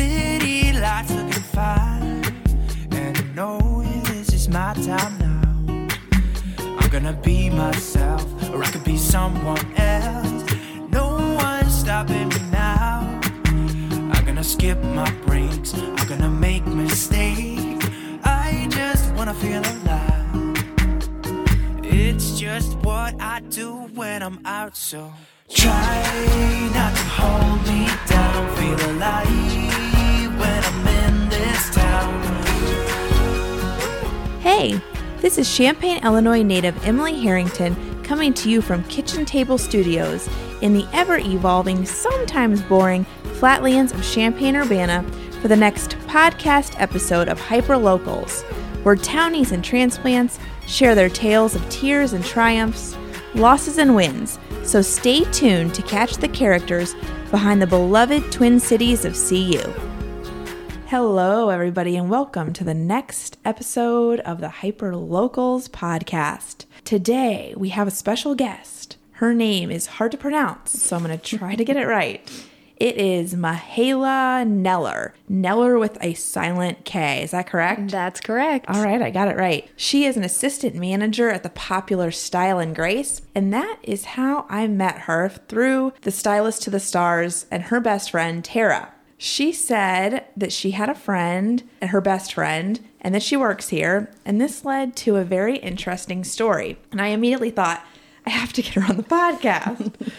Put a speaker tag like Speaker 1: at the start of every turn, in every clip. Speaker 1: City lights looking fine. And I know this is my time now. I'm gonna be myself, or I could be someone else. No one's stopping me now. I'm gonna skip my breaks, I'm gonna make mistakes. I just wanna feel alive. It's just what I do when I'm out, so try not to hold me down. Feel alive when I'm in this town.
Speaker 2: Hey, this is Champaign, Illinois native Emily Harrington coming to you from Kitchen Table Studios in the ever evolving, sometimes boring flatlands of Champaign Urbana for the next podcast episode of Hyperlocals, where townies and transplants share their tales of tears and triumphs, losses and wins. So stay tuned to catch the characters behind the beloved Twin Cities of CU. Hello, everybody, and welcome to the next episode of the Hyper Locals podcast. Today, we have a special guest. Her name is hard to pronounce, so I'm going to try to get it right. It is Mahela Neller. Neller with a silent K. Is that correct?
Speaker 3: That's correct.
Speaker 2: All right, I got it right. She is an assistant manager at the popular Style and Grace, and that is how I met her through the Stylist to the Stars and her best friend, Tara. She said that she had a friend, and her best friend, and that she works here, and this led to a very interesting story. And I immediately thought, I have to get her on the podcast.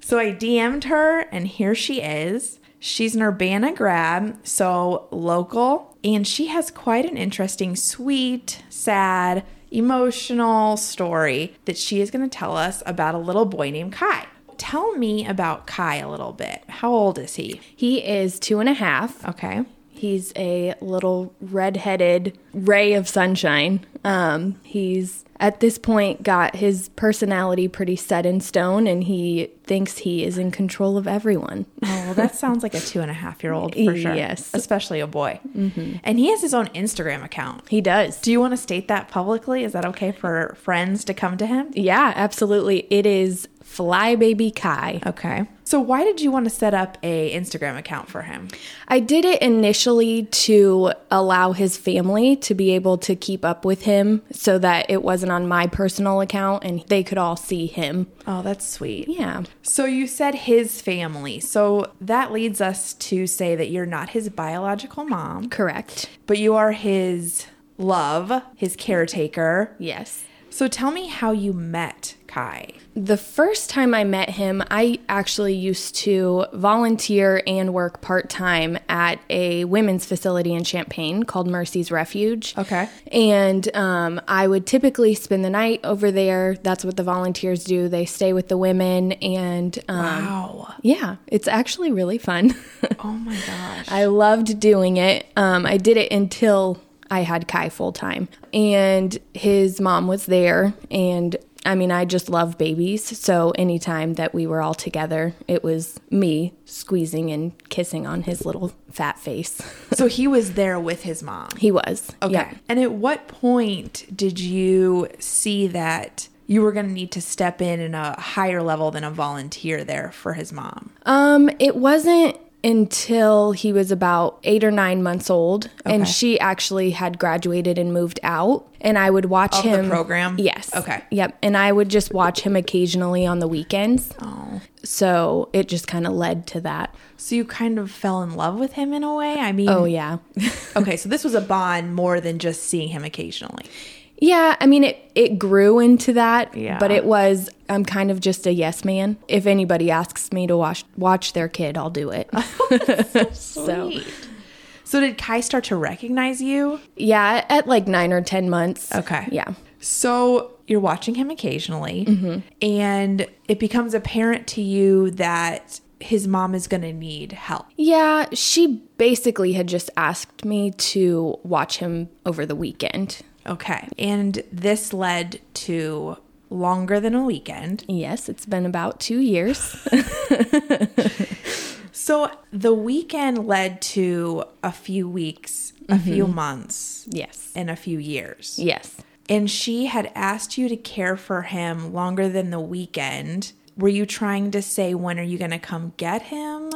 Speaker 2: So I DM'd her, and here she is. She's an Urbana grad, so local, and she has quite an interesting, sweet, sad, emotional story that she is going to tell us about a little boy named Kai. Tell me about Kai a little bit. How old is he?
Speaker 3: He is two and a half.
Speaker 2: Okay. Oh,
Speaker 3: He's a little redheaded ray of sunshine. Um, he's at this point got his personality pretty set in stone and he thinks he is in control of everyone.
Speaker 2: Oh, well, that sounds like a two and a half year old for sure.
Speaker 3: Yes.
Speaker 2: Especially a boy. And he has his own Instagram account.
Speaker 3: He does.
Speaker 2: Do you want to state that publicly? Is that okay for friends to come to him?
Speaker 3: yeah, absolutely. It is Flybaby Kai.
Speaker 2: Okay. So why did you want to set up a Instagram account for him?
Speaker 3: I did it initially to allow his family to be able to keep up with him so that it wasn't on my personal account and they could all see him.
Speaker 2: Oh, that's sweet.
Speaker 3: Yeah.
Speaker 2: So you said his family. So that leads us to say that you're not his biological mom,
Speaker 3: Correct.
Speaker 2: but you are his love, his caretaker.
Speaker 3: Yes.
Speaker 2: So tell me how you met Kai.
Speaker 3: The first time I met him, I actually used to volunteer and work part time at a women's facility in Champaign called Mercy's Refuge.
Speaker 2: Okay.
Speaker 3: And um, I would typically spend the night over there. That's what the volunteers do. They stay with the women. And um,
Speaker 2: Wow.
Speaker 3: yeah, it's actually really fun.
Speaker 2: Oh my gosh.
Speaker 3: I loved doing it. Um, I did it until I had Kai full time, and his mom was there. And I mean, I just love babies. So anytime that we were all together, it was me squeezing and kissing on his little fat face.
Speaker 2: so he was there with his mom.
Speaker 3: he was.
Speaker 2: Okay.
Speaker 3: Yeah.
Speaker 2: And at what point did you see that you were going to need to step in in a higher level than a volunteer there for his mom?
Speaker 3: Um, it wasn't until he was about eight or nine months old, and she actually had graduated and moved out. And I would watch
Speaker 2: the
Speaker 3: him
Speaker 2: program?
Speaker 3: Yes.
Speaker 2: Okay.
Speaker 3: Yep. And I would just watch him occasionally on the weekends. Oh. So it just kind of led to that.
Speaker 2: So you kind of fell in love with him in a way? I mean,
Speaker 3: Oh yeah.
Speaker 2: okay, so this was a bond more than just seeing him occasionally.
Speaker 3: yeah. I mean, it it grew into that.
Speaker 2: Yeah.
Speaker 3: But it was I'm kind of just a yes man. If anybody asks me to watch watch their kid, I'll do it. so
Speaker 2: Oh, Sweet. So did Kai start to recognize you?
Speaker 3: yeah, at like nine or ten months.
Speaker 2: Okay.
Speaker 3: Yeah.
Speaker 2: So you're watching him occasionally,
Speaker 3: Mm-hmm.
Speaker 2: and it becomes apparent to you that his mom is going to need help.
Speaker 3: Yeah, she basically had just asked me to watch him over the weekend.
Speaker 2: Okay. And this led to longer than a weekend.
Speaker 3: Yes, it's been about two years.
Speaker 2: So the weekend led to a few weeks, a few
Speaker 3: Mm-hmm.
Speaker 2: months,
Speaker 3: yes.
Speaker 2: and a few years.
Speaker 3: Yes.
Speaker 2: And she had asked you to care for him longer than the weekend. Were you trying to say, when are you going to come get him?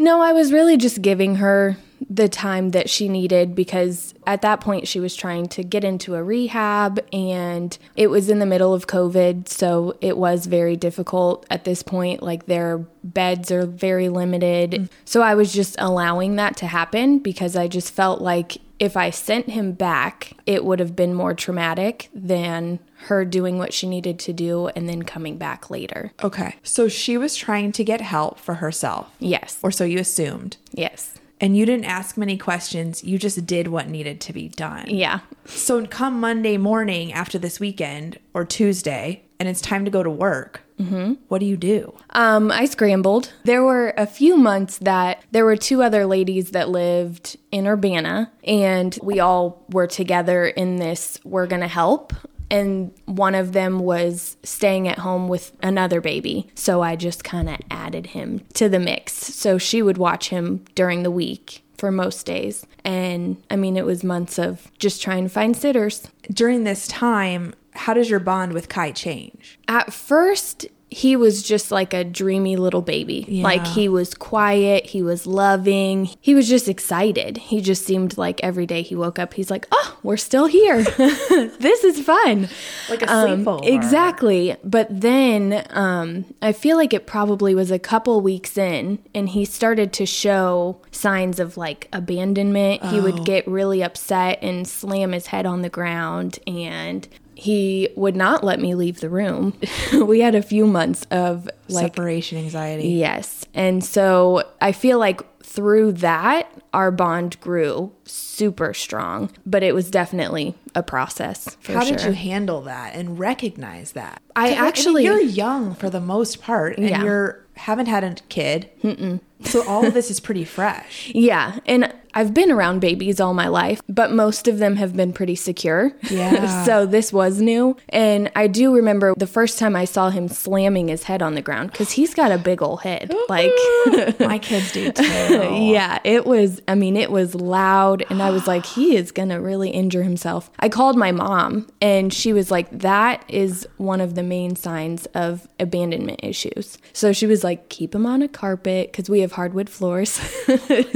Speaker 3: No, I was really just giving her the time that she needed because at that point she was trying to get into a rehab and it was in the middle of COVID. So it was very difficult at this point. Like their beds are very limited. So I was just allowing that to happen because I just felt like if I sent him back, it would have been more traumatic than her doing what she needed to do and then coming back later.
Speaker 2: Okay. So she was trying to get help for herself,
Speaker 3: Yes.
Speaker 2: or so you assumed.
Speaker 3: Yes.
Speaker 2: And you didn't ask many questions. You just did what needed to be done.
Speaker 3: Yeah.
Speaker 2: So come Monday morning after this weekend or Tuesday, and it's time to go to work. Mm-hmm. What do you do?
Speaker 3: Um, I scrambled. There were a few months that there were two other ladies that lived in Urbana, and we all were together in this we're going to help. And one of them was staying at home with another baby. So I just kind of added him to the mix. So she would watch him during the week for most days. And I mean, it was months of just trying to find sitters.
Speaker 2: During this time, how does your bond with Kai change?
Speaker 3: At first, he was just like a dreamy little baby. Like he was quiet, he was loving, he was just excited. He just seemed like every day he woke up, he's like, oh, we're still here. this is fun.
Speaker 2: Like a sleepover.
Speaker 3: Um, Exactly. But then um, I feel like it probably was a couple weeks in, and he started to show signs of like abandonment. He
Speaker 2: Oh.
Speaker 3: would get really upset and slam his head on the ground and. He would not let me leave the room. we had a few months of like
Speaker 2: Separation anxiety.
Speaker 3: Yes. And so I feel like through that, our bond grew super strong, but it was definitely a process. For
Speaker 2: How
Speaker 3: sure.
Speaker 2: did you handle that and recognize that?
Speaker 3: I
Speaker 2: 'Cause, like, mean,
Speaker 3: actually-
Speaker 2: you're young for the most part, and
Speaker 3: Yeah.
Speaker 2: you're haven't had a kid, so all of this is pretty fresh.
Speaker 3: Yeah. And I've been around babies all my life, but most of them have been pretty secure.
Speaker 2: Yeah.
Speaker 3: so this was new. And I do remember the first time I saw him slamming his head on the ground because he's got a big old head. Like,
Speaker 2: My kids do too.
Speaker 3: Yeah, it was, I mean, it was loud. And I was like, he is going to really injure himself. I called my mom, and she was like, that is one of the main signs of abandonment issues. So she was like, keep him on a carpet because we have hardwood floors.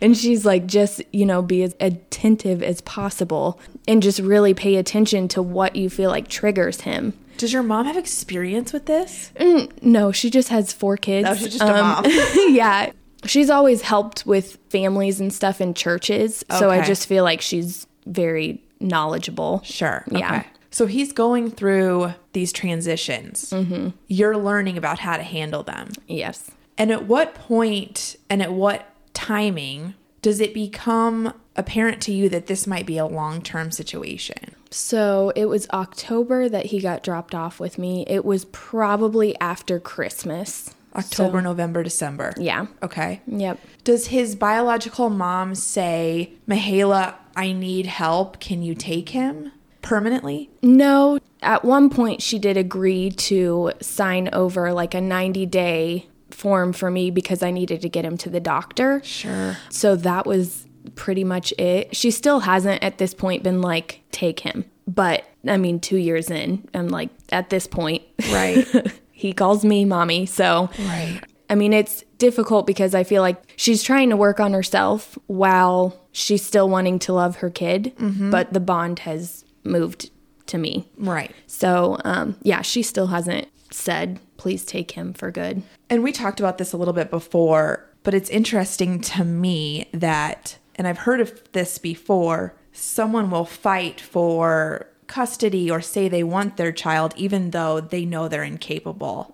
Speaker 3: and she's like, just, you know, be as attentive as possible and just really pay attention to what you feel like triggers him.
Speaker 2: Does your mom have experience with this?
Speaker 3: No, she just has four kids. Um,
Speaker 2: No, Oh, she's just a mom.
Speaker 3: yeah. She's always helped with families and stuff in churches. So I
Speaker 2: Okay.
Speaker 3: just feel like she's very knowledgeable.
Speaker 2: Sure.
Speaker 3: Yeah.
Speaker 2: Okay. So he's going through these transitions.
Speaker 3: Mm-hmm.
Speaker 2: You're learning about how to handle them.
Speaker 3: Yes.
Speaker 2: And at what point and at what timing does it become apparent to you that this might be a long term situation?
Speaker 3: So it was October that he got dropped off with me. It was probably after Christmas.
Speaker 2: October, November, December.
Speaker 3: Yeah.
Speaker 2: Okay.
Speaker 3: Yep.
Speaker 2: Does his biological mom say, Mihaela, I need help. Can you take him permanently?
Speaker 3: No, at one point she did agree to sign over like a 90 day form for me because I needed to get him to the doctor.
Speaker 2: Sure.
Speaker 3: So that was pretty much it. She still hasn't at this point been like, take him. But I mean, two years in, I'm like, at this point,
Speaker 2: Right.
Speaker 3: he calls me mommy. So,
Speaker 2: right.
Speaker 3: I mean, it's difficult because I feel like she's trying to work on herself while she's still wanting to love her kid,
Speaker 2: Mm-hmm.
Speaker 3: but the bond has moved to me.
Speaker 2: Right.
Speaker 3: So, um, yeah, she still hasn't said, please take him for good.
Speaker 2: And we talked about this a little bit before, but it's interesting to me that, and I've heard of this before, someone will fight for custody or say they want their child even though they know they're incapable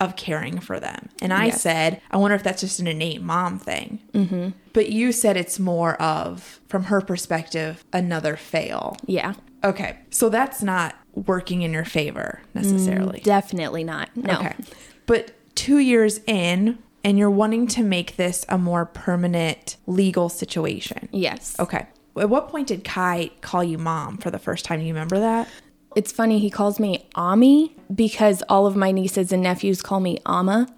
Speaker 2: of caring for them. And I said, I wonder if that's just an innate mom thing. Mm-hmm. But you said it's more of, from her perspective, another fail.
Speaker 3: Yeah,
Speaker 2: Okay. So that's not working in your favor necessarily.
Speaker 3: definitely not. No.
Speaker 2: Okay. But two years in, and you're wanting to make this a more permanent legal situation.
Speaker 3: Yes.
Speaker 2: Okay. At what point did Kai call you mom for the first time? Do you remember that?
Speaker 3: It's funny, he calls me Ami because all of my nieces and nephews call me Ama.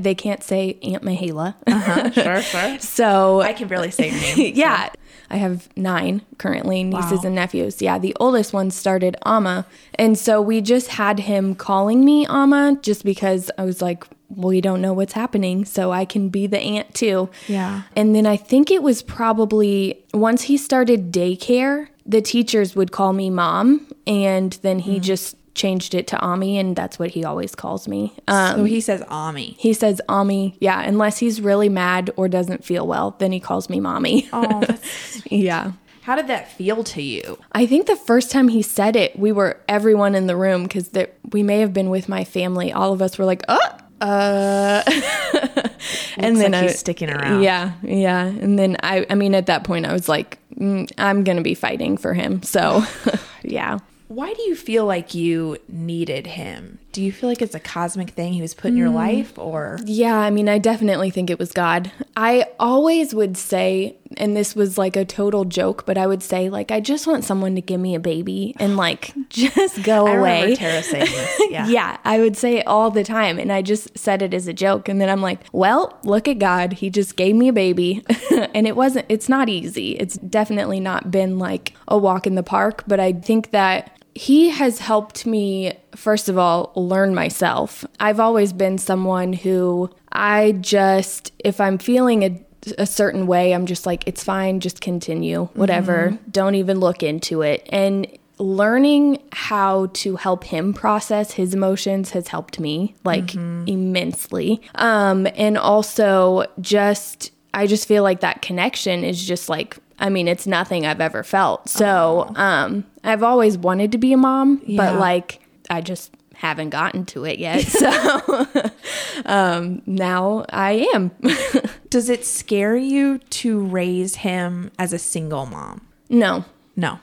Speaker 3: They can't say Aunt Mahela.
Speaker 2: Uh-huh. sure, sure.
Speaker 3: so,
Speaker 2: I can barely say your name.
Speaker 3: yeah, I have nine currently nieces
Speaker 2: Wow.
Speaker 3: and nephews. Yeah, the oldest one started Ama. And so we just had him calling me Ama just because I was like, we don't know what's happening, so I can be the aunt too.
Speaker 2: Yeah.
Speaker 3: And then I think it was probably once he started daycare, the teachers would call me mom, and then
Speaker 2: Mm.
Speaker 3: he just changed it to Ami, and that's what he always calls me. Um,
Speaker 2: so he says Ami.
Speaker 3: he says Ami, yeah, unless he's really mad or doesn't feel well, then he calls me mommy.
Speaker 2: Oh, that's-
Speaker 3: yeah.
Speaker 2: how did that feel to you?
Speaker 3: I think the first time he said it, we were everyone in the room because we may have been with my family. All of us were like, "Oh, uh," and
Speaker 2: like he's sticking around.
Speaker 3: Yeah, yeah. And then I, I mean, at that point, I was like, mm, "I'm gonna be fighting for him." So, yeah.
Speaker 2: Why do you feel like you needed him? Do you feel like it's a cosmic thing he was put in your
Speaker 3: Mm.
Speaker 2: life or
Speaker 3: Yeah, I mean, I definitely think it was God. I always would say, and this was like a total joke, but I would say, like, I just want someone to give me a baby and, like, just go
Speaker 2: I
Speaker 3: away.
Speaker 2: remember Tara saying this. Yeah.
Speaker 3: Yeah. I would say it all the time. And I just said it as a joke. And then I'm like, well, look at God. He just gave me a baby. and it wasn't, it's not easy. It's definitely not been like a walk in the park. But I think that he has helped me, first of all, learn myself. I've always been someone who I just, if I'm feeling a a certain way, I'm just like, it's fine, just continue, whatever. Don't even look into it. And learning how to help him process his emotions has helped me like immensely. Um, and also just, I just feel like that connection is just like, I mean, it's nothing I've ever felt. So, um, I've always wanted to be a mom,
Speaker 2: Yeah.
Speaker 3: but like, I just haven't gotten to it yet. So, um, now I am.
Speaker 2: Does it scare you to raise him as a single mom?
Speaker 3: no,
Speaker 2: No.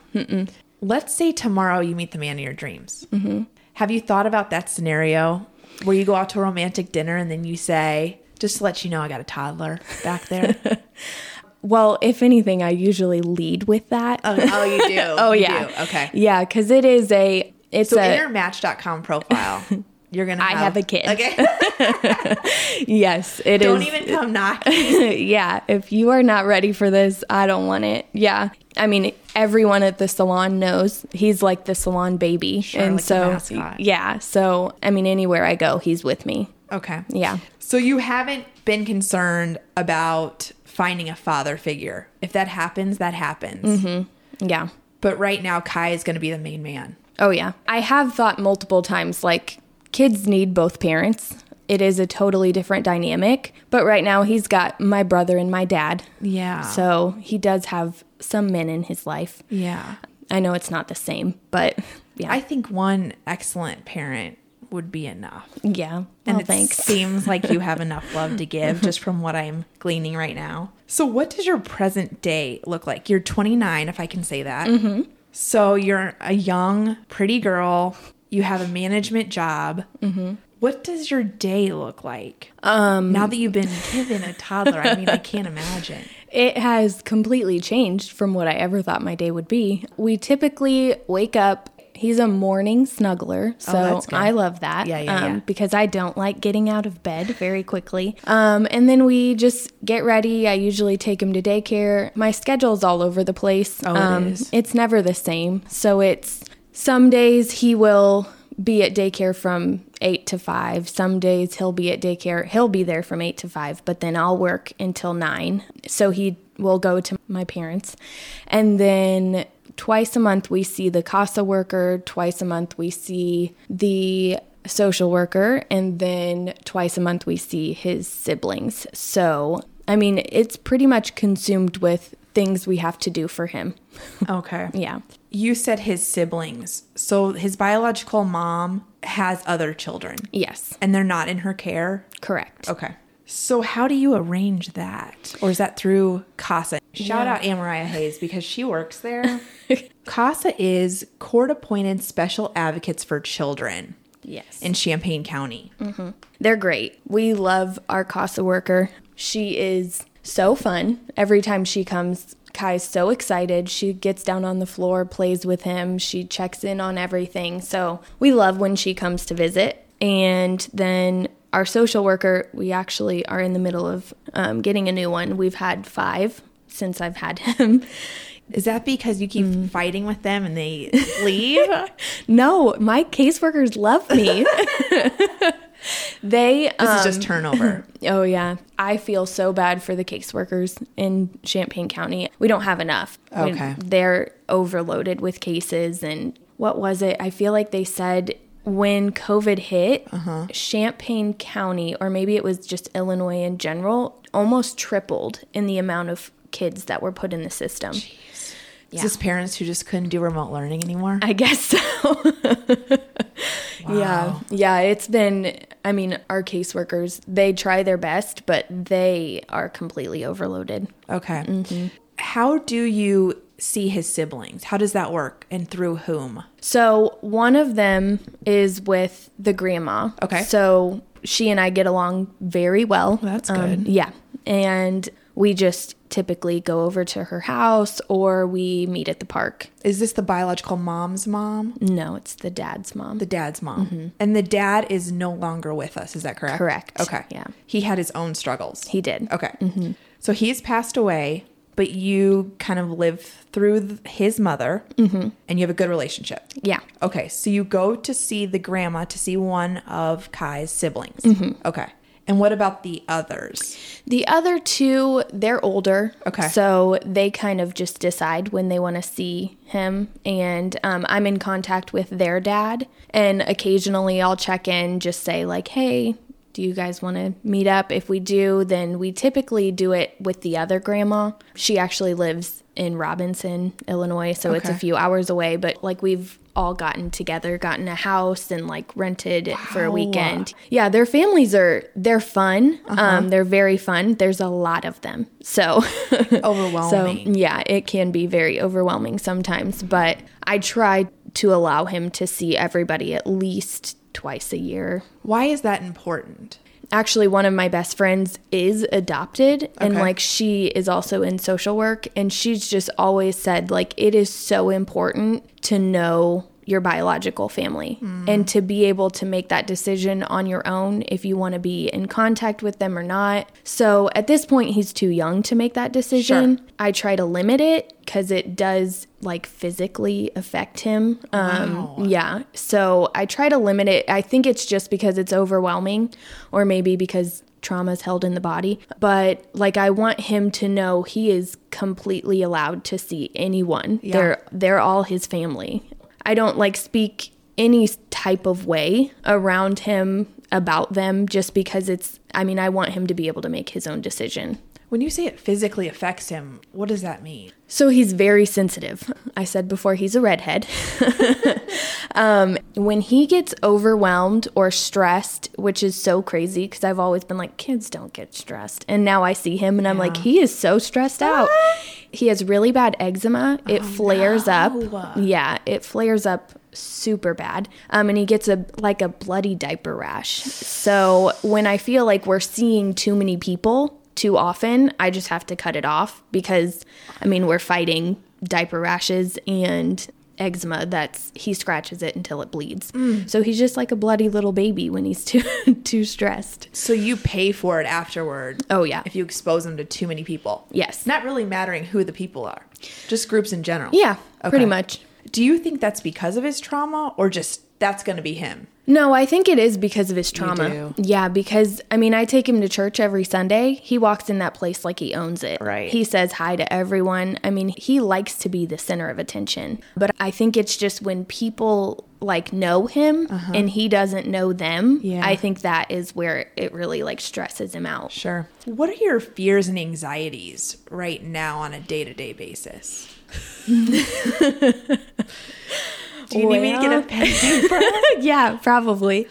Speaker 2: Let's say tomorrow you meet the man of your dreams. Have you thought about that scenario where you go out to a romantic dinner and then you say, just to let you know, I got a toddler back there?
Speaker 3: Well, if anything, I usually lead with that.
Speaker 2: oh, you do.
Speaker 3: oh
Speaker 2: You
Speaker 3: yeah.
Speaker 2: do. Okay.
Speaker 3: Yeah, because it is a. It's
Speaker 2: So
Speaker 3: a
Speaker 2: in your match.com profile, you're going to
Speaker 3: I
Speaker 2: have,
Speaker 3: have a kid.
Speaker 2: Okay.
Speaker 3: yes. It is.
Speaker 2: Don't even come knocking.
Speaker 3: yeah. If you are not ready for this, I don't want it. Yeah. I mean, everyone at the salon knows he's like the salon baby,
Speaker 2: Sure,
Speaker 3: and
Speaker 2: like a
Speaker 3: so
Speaker 2: mascot.
Speaker 3: yeah. So I mean, anywhere I go, he's with me.
Speaker 2: Okay.
Speaker 3: Yeah.
Speaker 2: So you haven't been concerned about finding a father figure. If that happens, that happens.
Speaker 3: Yeah.
Speaker 2: But right now, Kai is going to be the main man.
Speaker 3: Oh, yeah. I have thought multiple times like kids need both parents. It is a totally different dynamic. But right now, he's got my brother and my dad.
Speaker 2: Yeah.
Speaker 3: So he does have some men in his life.
Speaker 2: yeah.
Speaker 3: I know it's not the same, but yeah.
Speaker 2: I think one excellent parent would be enough.
Speaker 3: yeah.
Speaker 2: And
Speaker 3: Well,
Speaker 2: it
Speaker 3: thanks.
Speaker 2: seems like you have enough love to give just from what I'm gleaning right now. So, what does your present day look like? You're 29, if I can say that.
Speaker 3: Mm-hmm.
Speaker 2: So, you're a young, pretty girl. You have a management job.
Speaker 3: Mm-hmm.
Speaker 2: What does your day look like? Um, now that you've been given a toddler, I mean, I can't imagine.
Speaker 3: It has completely changed from what I ever thought my day would be. We typically wake up. He's a morning snuggler, so
Speaker 2: Oh, that's good.
Speaker 3: I love that.
Speaker 2: Yeah, yeah,
Speaker 3: um,
Speaker 2: yeah.
Speaker 3: Because I don't like getting out of bed very quickly. Um, and then we just get ready. I usually take him to daycare. My schedule's all over the place.
Speaker 2: Oh, it
Speaker 3: um,
Speaker 2: is.
Speaker 3: It's never the same. So it's some days he will be at daycare from eight to five. Some days he'll be at daycare. He'll be there from eight to five, but then I'll work until nine. So he will go to my parents. And then twice a month we see the CASA worker, twice a month we see the social worker, and then twice a month we see his siblings. So, I mean, it's pretty much consumed with things we have to do for him.
Speaker 2: Okay.
Speaker 3: Yeah.
Speaker 2: You said his siblings. So, his biological mom has other children.
Speaker 3: Yes.
Speaker 2: And they're not in her care.
Speaker 3: Correct.
Speaker 2: Okay. So how do you arrange that? Or is that through CASA? Shout out Amariah Hayes because she works there. CASA is court appointed special advocates for children
Speaker 3: Yes.
Speaker 2: in Champaign County.
Speaker 3: Mm. They're great. We love our CASA worker. She is so fun. Every time she comes, Kai's so excited. She gets down on the floor, plays with him, she checks in on everything. So we love when she comes to visit. And then our social worker, we actually are in the middle of um, getting a new one. We've had five since I've had him.
Speaker 2: Is that because you keep
Speaker 3: Mm.
Speaker 2: fighting with them and they leave?
Speaker 3: No, my caseworkers love me. They
Speaker 2: This
Speaker 3: um,
Speaker 2: is just turnover.
Speaker 3: Oh yeah, I feel so bad for the caseworkers in Champaign County. We don't have enough. We-
Speaker 2: Okay.
Speaker 3: they're overloaded with cases. And what was it? I feel like they said when COVID hit, Champaign County, or maybe it was just Illinois in general, almost tripled in the amount of kids that were put in the system.
Speaker 2: It's just parents who just couldn't do remote learning anymore.
Speaker 3: I guess so. Yeah. Yeah. It's been, I mean, our caseworkers, they try their best, but they are completely overloaded.
Speaker 2: Okay.
Speaker 3: Mm-hmm.
Speaker 2: How do you see his siblings? How does that work and through whom?
Speaker 3: So one of them is with the grandma.
Speaker 2: Okay.
Speaker 3: So she and I get along very well. Um,
Speaker 2: that's good.
Speaker 3: yeah. And we just typically go over to her house or we meet at the park.
Speaker 2: Is this the biological mom's mom?
Speaker 3: No, it's the dad's mom.
Speaker 2: Mm. The dad's mom. And the dad is no longer with us. Is that correct?
Speaker 3: Mm-hmm. Correct.
Speaker 2: Okay.
Speaker 3: Yeah.
Speaker 2: He had his own struggles.
Speaker 3: he did. Mm-hmm.
Speaker 2: Okay. So he's passed away, but you kind of live through th- his mother and you have a good relationship.
Speaker 3: Mm-hmm. Yeah.
Speaker 2: Okay. So you go to see the grandma to see one of Kai's siblings.
Speaker 3: Mm-hmm.
Speaker 2: Okay. And what about the others?
Speaker 3: The other two, they're older.
Speaker 2: Okay.
Speaker 3: So they kind of just decide when they want to see him. And um, I'm in contact with their dad. And occasionally I'll check in, just say, like, hey, do you guys want to meet up? If we do, then we typically do it with the other grandma. She actually lives in Robinson, Illinois. So it's a
Speaker 2: Okay.
Speaker 3: few hours away. But like we've all gotten together, gotten a house, and like rented it for a weekend. Yeah, their families are they're fun.
Speaker 2: Uh-huh.
Speaker 3: Um, they're very fun. There's a lot of them, so so
Speaker 2: Overwhelming.
Speaker 3: yeah, it can be very overwhelming sometimes. But I try to allow him to see everybody at least twice a year.
Speaker 2: Why is that important?
Speaker 3: Actually, one of my best friends is adopted, and
Speaker 2: Okay.
Speaker 3: like she is also in social work, and she's just always said like it is so important to know your biological family and to be able to make that decision on your own if you want to be in contact with them or not. So at this point, he's too young to make that decision. I try to limit it because it does like physically affect him. Um, Yeah. So I try to limit it. I think it's just because it's overwhelming, or maybe because trauma is held in the body. But like, I want him to know he is completely allowed to see anyone. They're they're all his family. I don't like speak any type of way around him about them just because it's I mean I want him to be able to make his own decision.
Speaker 2: When you say it physically affects him, what does that mean?
Speaker 3: So he's very sensitive. I said before he's a redhead. um, when he gets overwhelmed or stressed, which is so crazy because I've always been like, kids don't get stressed. And now I see him and I'm like, he is so stressed out. He has really bad eczema. It flares up. Yeah, it flares up super bad. Um, and he gets a like a bloody diaper rash. So when I feel like we're seeing too many people, too often, I just have to cut it off because I mean, we're fighting diaper rashes and eczema that's he scratches it until it bleeds. So he's just like a bloody little baby when he's too too stressed.
Speaker 2: So you pay for it afterward.
Speaker 3: Oh, yeah.
Speaker 2: If you expose them to too many people.
Speaker 3: Yes.
Speaker 2: Not really mattering who the people are, just groups in general.
Speaker 3: Yeah,
Speaker 2: Okay.
Speaker 3: pretty much.
Speaker 2: Do you think that's because of his trauma or just that's going to be him?
Speaker 3: No, I think it is because of his trauma.
Speaker 2: do.
Speaker 3: Yeah, because I mean, I take him to church every Sunday. He walks in that place like he owns it.
Speaker 2: Right.
Speaker 3: He says hi to everyone. I mean, he likes to be the center of attention. But I think it's just when people like know him and he doesn't know them,
Speaker 2: Uh-huh. Yeah.
Speaker 3: I think that is where it really like stresses him out.
Speaker 2: Sure. What are your fears and anxieties right now on a day to day basis? Do you need me to get a
Speaker 3: Well-
Speaker 2: pen and paper?
Speaker 3: yeah, probably.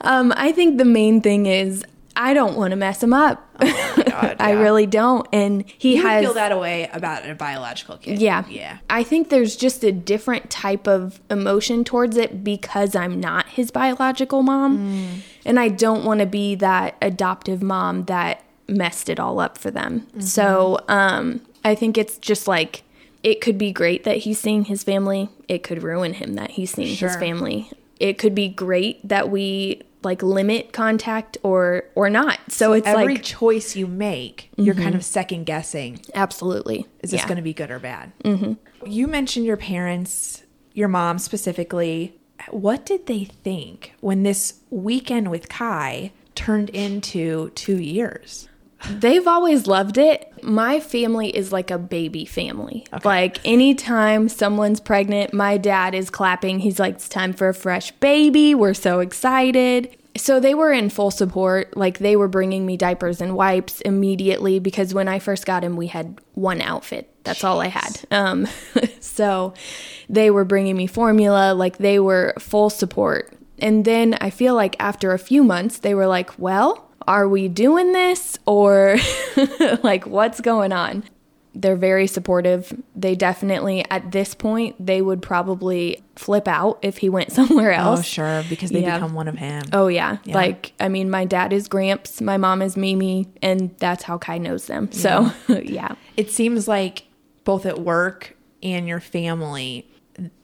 Speaker 3: Um, I think the main thing is I don't want to mess him up.
Speaker 2: Oh God,
Speaker 3: I
Speaker 2: yeah.
Speaker 3: really don't. And he
Speaker 2: You would
Speaker 3: has
Speaker 2: feel that way about a biological kid.
Speaker 3: Yeah.
Speaker 2: Yeah.
Speaker 3: I think there's just a different type of emotion towards it because I'm not his biological
Speaker 2: Mm.
Speaker 3: mom. And I don't want to be that adoptive mom that messed it all up for them.
Speaker 2: Mm-hmm.
Speaker 3: So um, I think it's just like it could be great that he's seeing his family, it could ruin him that he's seeing his
Speaker 2: Sure.
Speaker 3: family. It could be great that we like limit contact or or not. So, it's
Speaker 2: Every
Speaker 3: like Mm-hmm.
Speaker 2: choice you make, you're kind of second guessing
Speaker 3: absolutely.
Speaker 2: is this
Speaker 3: Yeah.
Speaker 2: going Mm-hmm. to be good or bad? You mentioned your parents, your mom specifically. what did they think when this weekend with Kai turned into two years?
Speaker 3: They've always loved it. My family is like a baby family. Like anytime someone's pregnant, my dad is clapping. He's like, it's time for a fresh baby. We're so excited. So they were in full support. Like they were bringing me diapers and wipes immediately because when I first got him, we had one outfit. That's all I had. Um, so they were bringing me formula. Like they were full support. And then I feel like after a few months, they were like, well, are we doing this or like what's going on? They're very supportive. They definitely, at this point, they would probably flip out if he went somewhere else.
Speaker 2: Oh, sure, because they
Speaker 3: Yeah.
Speaker 2: become one of him.
Speaker 3: Oh, yeah. Like, I mean, my dad is Gramps, my mom is Mimi, and that's how Kai knows them. So, yeah.
Speaker 2: It seems like both at work and your family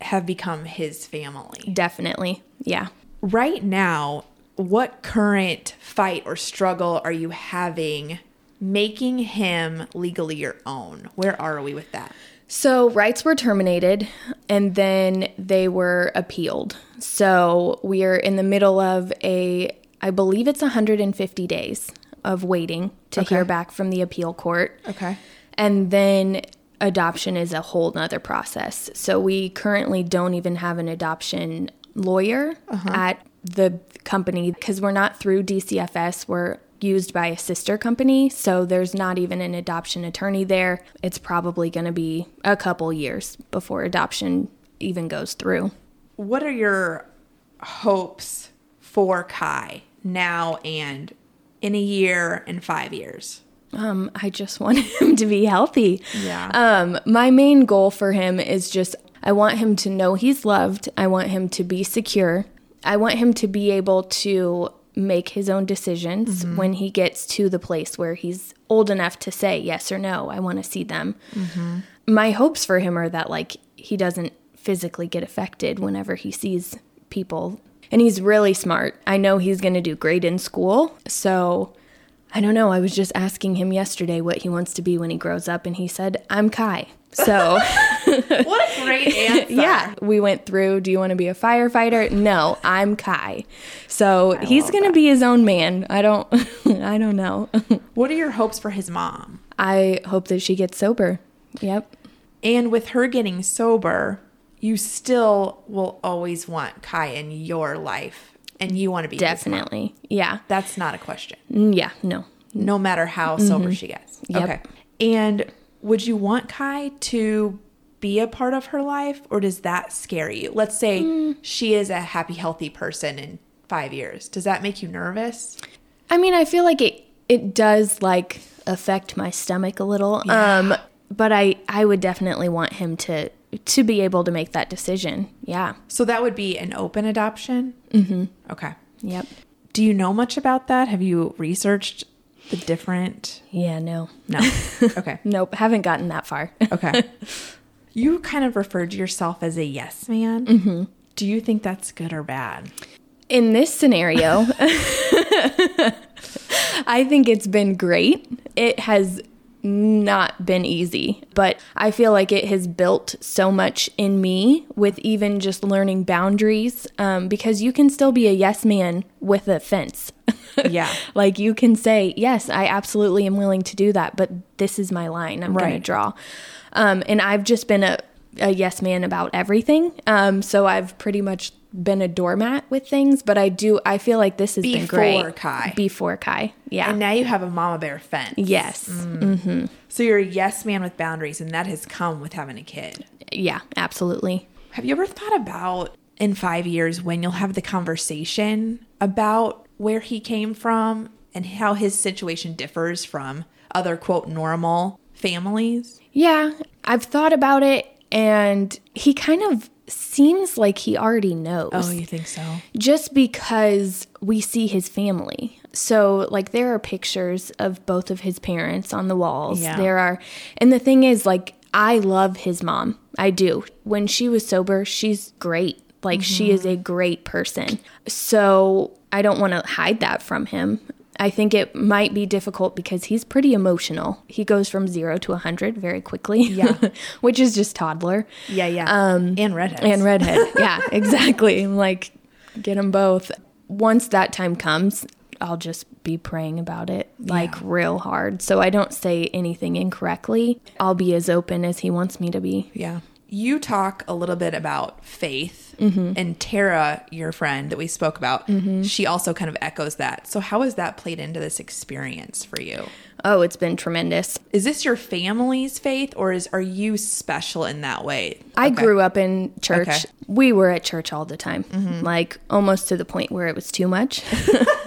Speaker 2: have become his family.
Speaker 3: Definitely. Yeah.
Speaker 2: Right now, what current fight or struggle are you having making him legally your own? Where are we with that?
Speaker 3: So rights were terminated and then they were appealed. So we are in the middle of a, I believe it's 150 days of waiting to hear back from the appeal court.
Speaker 2: Okay.
Speaker 3: And then adoption is a whole nother process. So we currently don't even have an adoption lawyer at the company because we're not through DCFS. We're used by a sister company. So there's not even an adoption attorney there. It's probably going to be a couple years before adoption even goes through.
Speaker 2: What are your hopes for Kai now and in a year and five years?
Speaker 3: Um, I just want him to be healthy.
Speaker 2: Yeah.
Speaker 3: Um, my main goal for him is just I want him to know he's loved. I want him to be secure. I want him to be able to make his own decisions when he gets to the place where he's old enough to say yes or no. I want to see them. My hopes for him are that like he doesn't physically get affected whenever he sees people. And he's really smart. I know he's going to do great in school. So I don't know. I was just asking him yesterday what he wants to be when he grows up, and he said, I'm Kai. So,
Speaker 2: What a great answer.
Speaker 3: yeah, we went through do you want to be a firefighter? No, I'm Kai. So, he's going to be his own man. I don't I don't know.
Speaker 2: What are your hopes for his mom?
Speaker 3: I hope that she gets sober. Yep.
Speaker 2: And with her getting sober, you still will always want Kai in your life and you want to be his mom.
Speaker 3: Definitely. Yeah.
Speaker 2: That's not a question.
Speaker 3: Mm, Yeah, no.
Speaker 2: No matter how sober she gets.
Speaker 3: Yep.
Speaker 2: Okay. And would you want Kai to be a part of her life or does that scare you? Let's say she is a happy, healthy person in five years. Does that make you nervous?
Speaker 3: I mean, I feel like it it does like affect my stomach a little. Um but I I would definitely want him to to be able to make that decision. Yeah.
Speaker 2: So that would be an open adoption? Mm hmm. Okay.
Speaker 3: Yep.
Speaker 2: Do you know much about that? Have you researched the different?
Speaker 3: Yeah, no.
Speaker 2: No. Okay.
Speaker 3: Nope, haven't gotten that far.
Speaker 2: Okay. you kind of referred to yourself as a yes man. Mm-hmm. Do you think that's good or bad?
Speaker 3: In this scenario, I think it's been great. It has not been easy, but I feel like it has built so much in me with even just learning boundaries um, because you can still be a yes man with a fence.
Speaker 2: Yeah.
Speaker 3: Like you can say, yes, I absolutely am willing to do that, but this is my line I'm going
Speaker 2: Right.
Speaker 3: to draw. Um, and I've just been a, a yes man about everything. Um, so I've pretty much been a doormat with things, but I do, I feel like this has been
Speaker 2: Before
Speaker 3: great.
Speaker 2: Kai.
Speaker 3: Before Kai. Yeah.
Speaker 2: And Mm. now you have a mama bear fence.
Speaker 3: yes.
Speaker 2: So you're a yes man with boundaries, and that has come with having a kid.
Speaker 3: Yeah, absolutely.
Speaker 2: Have you ever thought about in five years when you'll have the conversation about where he came from and how his situation differs from other quote normal families?
Speaker 3: Yeah, I've thought about it and he kind of seems like he already knows.
Speaker 2: think so?
Speaker 3: just because we see his family. So, like, there are pictures of both of his parents on the walls.
Speaker 2: Yeah.
Speaker 3: There are, and the thing is, like, I love his mom. I do. When she was sober, she's great. Like, she is a great person. So, I don't want to hide that from him. I think it might be difficult because he's pretty emotional. He goes from zero to 100 very quickly.
Speaker 4: Yeah.
Speaker 3: which is just toddler.
Speaker 4: Yeah, yeah. Um, and redheads.
Speaker 3: And redhead. yeah, exactly. Like, get them both. Once that time comes, I'll just be praying about it like real hard. So I don't say anything incorrectly. I'll be as open as he wants me to be.
Speaker 4: Yeah.
Speaker 2: you talk a little bit about faith and Tara, your friend that we spoke about, she also kind of echoes that. So how has that played into this experience for you?
Speaker 3: Oh, it's been tremendous.
Speaker 2: Is this your family's faith or is are you special in that way?
Speaker 3: I grew up in church.
Speaker 2: Okay. Mm-hmm.
Speaker 3: We were at church all the time, like almost to the point where it was too much.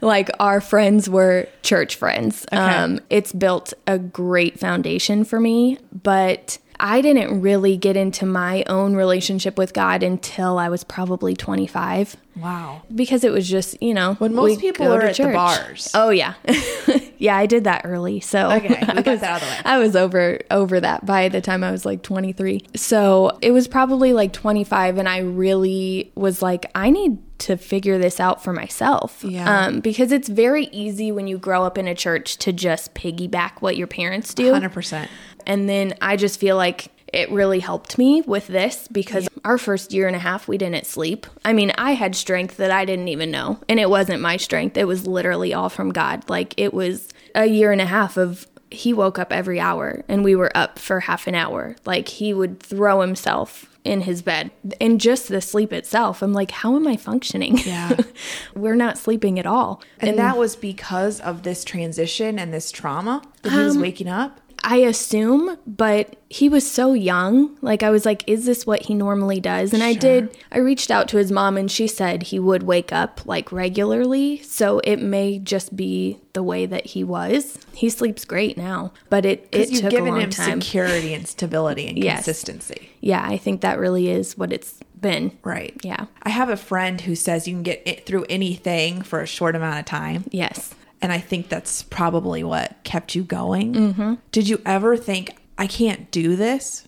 Speaker 3: like our friends were church friends. Um, it's built a great foundation for me, but I didn't really get into my own relationship with God until I was probably 25
Speaker 2: Wow.
Speaker 3: because it was just, you know, when
Speaker 2: most people are at the bars.
Speaker 3: Oh, yeah. yeah, I did that early. So,
Speaker 2: Okay, we got that out of the way.
Speaker 3: I was over over that by the time I was like 23. So it was probably like 25, and I really was like, I need to figure this out for myself.
Speaker 2: Yeah.
Speaker 3: Um, because it's very easy when you grow up in a church to just piggyback what your parents do.
Speaker 2: 100%.
Speaker 3: And then I just feel like it really helped me with this because our first year and a half, we didn't sleep. I mean, I had strength that I didn't even know. And it wasn't my strength, it was literally all from God. Like, it was a year and a half of he woke up every hour and we were up for half an hour. Like, he would throw himself in his bed. And just the sleep itself, I'm like, how am I functioning?
Speaker 2: Yeah.
Speaker 3: we're not sleeping at all.
Speaker 2: And that was because of this transition and this trauma that he was
Speaker 3: Um,
Speaker 2: waking up.
Speaker 3: I assume, but he was so young. Like I was like, is this what he normally does? And I did I reached out to his mom and she said he would wake up like regularly, so it may just be the way that he was. He sleeps great now, but it it
Speaker 2: You've
Speaker 3: took a
Speaker 2: given
Speaker 3: long
Speaker 2: him
Speaker 3: time.
Speaker 2: security and stability and
Speaker 3: Yes.
Speaker 2: consistency.
Speaker 3: yeah, I think that really is what it's been.
Speaker 2: Right.
Speaker 3: Yeah.
Speaker 2: I have a friend who says you can get it through anything for a short amount of time.
Speaker 3: Yes.
Speaker 2: And I think that's probably what kept you going.
Speaker 3: Mm-hmm.
Speaker 2: Did you ever think, I can't do this?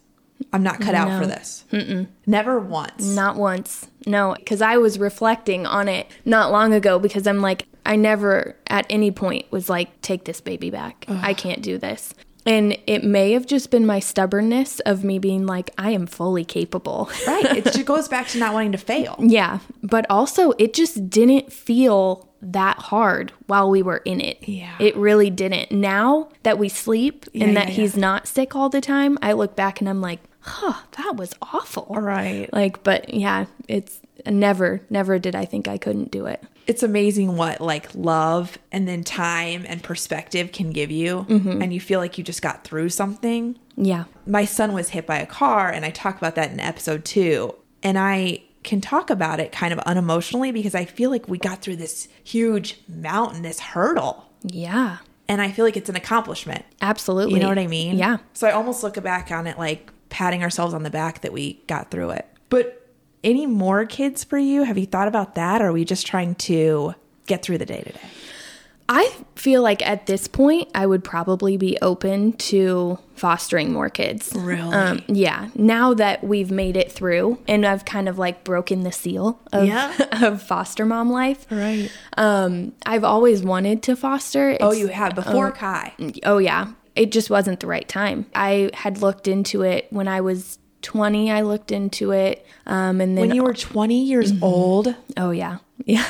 Speaker 2: I'm not cut out for this. Mm-mm. Never once.
Speaker 3: Not once. No, because I was reflecting on it not long ago because I'm like, I never at any point was like, take this baby back. I can't do this. And it may have just been my stubbornness of me being like, I am fully capable.
Speaker 2: Right. It just goes back to not wanting to fail.
Speaker 3: yeah. But also, it just didn't feel that hard while we were in it.
Speaker 2: Yeah.
Speaker 3: It really didn't. Now that we sleep and
Speaker 2: yeah,
Speaker 3: that he's not sick all the time, I look back and I'm like, huh, that was awful.
Speaker 2: Right.
Speaker 3: Like, but yeah, it's never, never did I think I couldn't do it.
Speaker 2: It's amazing what like love and then time and perspective can give you. And you feel like you just got through something.
Speaker 3: Yeah.
Speaker 2: my son was hit by a car and i talk about that in episode two and i can talk about it kind of unemotionally because i feel like we got through this huge mountain this hurdle
Speaker 3: Yeah.
Speaker 2: and i feel like it's an accomplishment
Speaker 3: Absolutely.
Speaker 2: you know what i mean
Speaker 3: Yeah.
Speaker 2: so i almost look back on it like patting ourselves on the back that we got through it but any more kids for you have you thought about that or are we just trying to get through the day today
Speaker 3: I feel like at this point, I would probably be open to fostering more kids.
Speaker 2: Really?
Speaker 3: Um, yeah. Now that we've made it through and I've kind of like broken the seal of,
Speaker 2: Yeah.
Speaker 3: of foster mom life,
Speaker 2: right
Speaker 3: um, I've always wanted to foster.
Speaker 2: oh
Speaker 3: It's-
Speaker 2: you have before kai
Speaker 3: oh yeah it just wasn't the right time i had looked into it when i was 20 i looked into it um, and then
Speaker 2: when you were 20 years old
Speaker 3: oh yeah yeah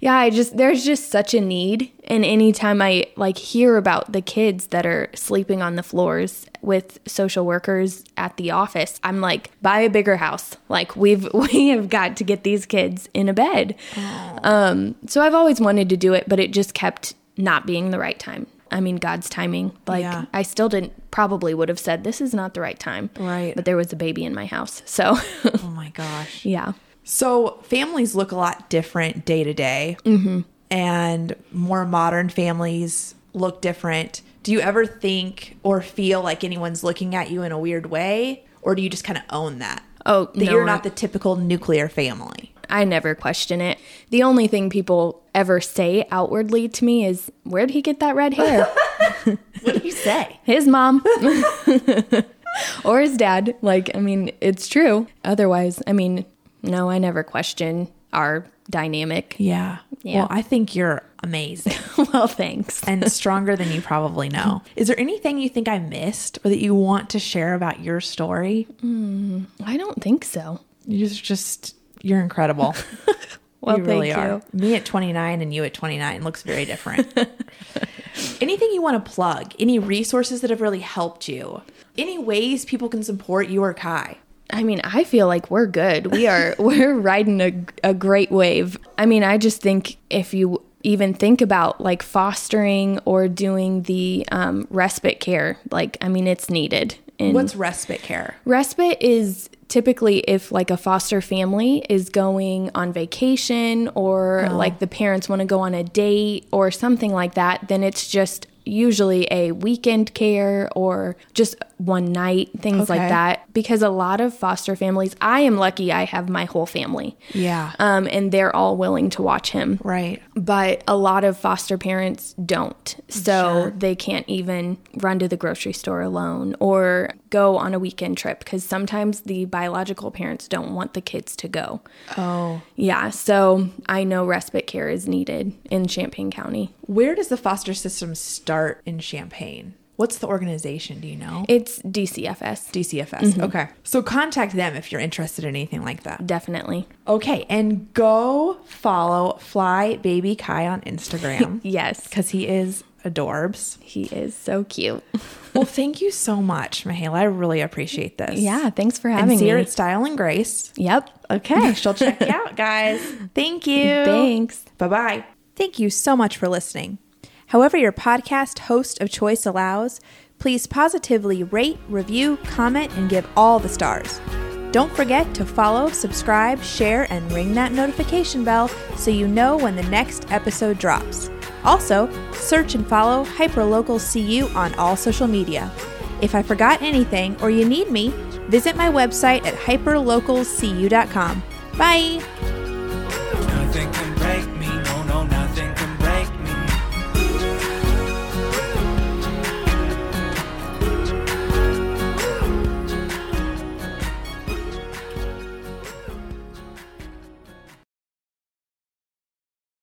Speaker 3: yeah i just there's just such a need and anytime i like hear about the kids that are sleeping on the floors with social workers at the office i'm like buy a bigger house like we've we have got to get these kids in a bed um so i've always wanted to do it but it just kept not being the right time i mean god's timing like
Speaker 2: Yeah.
Speaker 3: i still didn't probably would have said this is not the right time
Speaker 2: Right.
Speaker 3: but there was a baby in my house so
Speaker 2: oh my gosh
Speaker 3: yeah
Speaker 2: So families look a lot different day to day, and more modern families look different. Do you ever think or feel like anyone's looking at you in a weird way, or do you just kind of own that?
Speaker 3: Oh,
Speaker 2: that
Speaker 3: no,
Speaker 2: you're
Speaker 3: I-
Speaker 2: not the typical nuclear family.
Speaker 3: I never question it. The only thing people ever say outwardly to me is, Where'd he get that red hair?
Speaker 2: What do you say?
Speaker 3: his mom or his dad. Like, I mean, it's true. Otherwise, I mean, no, I never question our dynamic.
Speaker 2: Yeah.
Speaker 3: Yeah.
Speaker 2: Well, I think you're amazing
Speaker 3: well, thanks.
Speaker 2: and stronger than you probably know. Is there anything you think I missed or that you want to share about your story?
Speaker 3: I don't think so.
Speaker 2: You're just, you're incredible.
Speaker 3: Well,
Speaker 2: you really
Speaker 3: thank
Speaker 2: are.
Speaker 3: you.
Speaker 2: Me at 29 and you at 29 looks very different. Anything you want to plug? Any resources that have really helped you? Any ways people can support you or Kai?
Speaker 3: I mean, I feel like we're good. We are we're riding a a great wave. I mean, I just think if you even think about like fostering or doing the um, respite care, like I mean, it's needed. And
Speaker 2: What's respite care?
Speaker 3: respite is typically if like a foster family is going on vacation or
Speaker 2: Oh.
Speaker 3: like the parents want to go on a date or something like that, then it's just usually a weekend care or just one night things
Speaker 2: Okay.
Speaker 3: like that because a lot of foster families I am lucky I have my whole family.
Speaker 2: Yeah.
Speaker 3: Um and they're all willing to watch him
Speaker 2: right.
Speaker 3: but a lot of foster parents don't. So they can't even run to the grocery store alone or go on a weekend trip because sometimes the biological parents don't want the kids to go.
Speaker 2: Oh.
Speaker 3: Yeah, so I know respite care is needed in Champaign County.
Speaker 2: Where does the foster system start in Champaign? What's the organization? Do you know?
Speaker 3: It's DCFS,
Speaker 2: DCFS.
Speaker 3: Mm-hmm.
Speaker 2: Okay. So contact them if you're interested in anything like that.
Speaker 3: definitely.
Speaker 2: Okay. And go follow Fly Baby Kai on Instagram
Speaker 3: Yes, because
Speaker 2: because he is adorbs.
Speaker 3: he is so cute.
Speaker 2: Well, thank you so much, Mahela. I really appreciate this.
Speaker 3: Yeah, thanks for
Speaker 2: And
Speaker 3: having
Speaker 2: see her
Speaker 3: me.
Speaker 2: at Style and Grace.
Speaker 3: Yep.
Speaker 2: Okay. She'll check you out, guys. Thank you.
Speaker 3: Thanks.
Speaker 2: Bye bye. Thank you so much for listening. However, your podcast host of choice allows, please positively rate, review, comment, and give all the stars. Don't forget to follow, subscribe, share, and ring that notification bell so you know when the next episode drops. Also, search and follow Hyperlocal CU on all social media. If I forgot anything or you need me, visit my website at hyperlocalcu.com. Bye!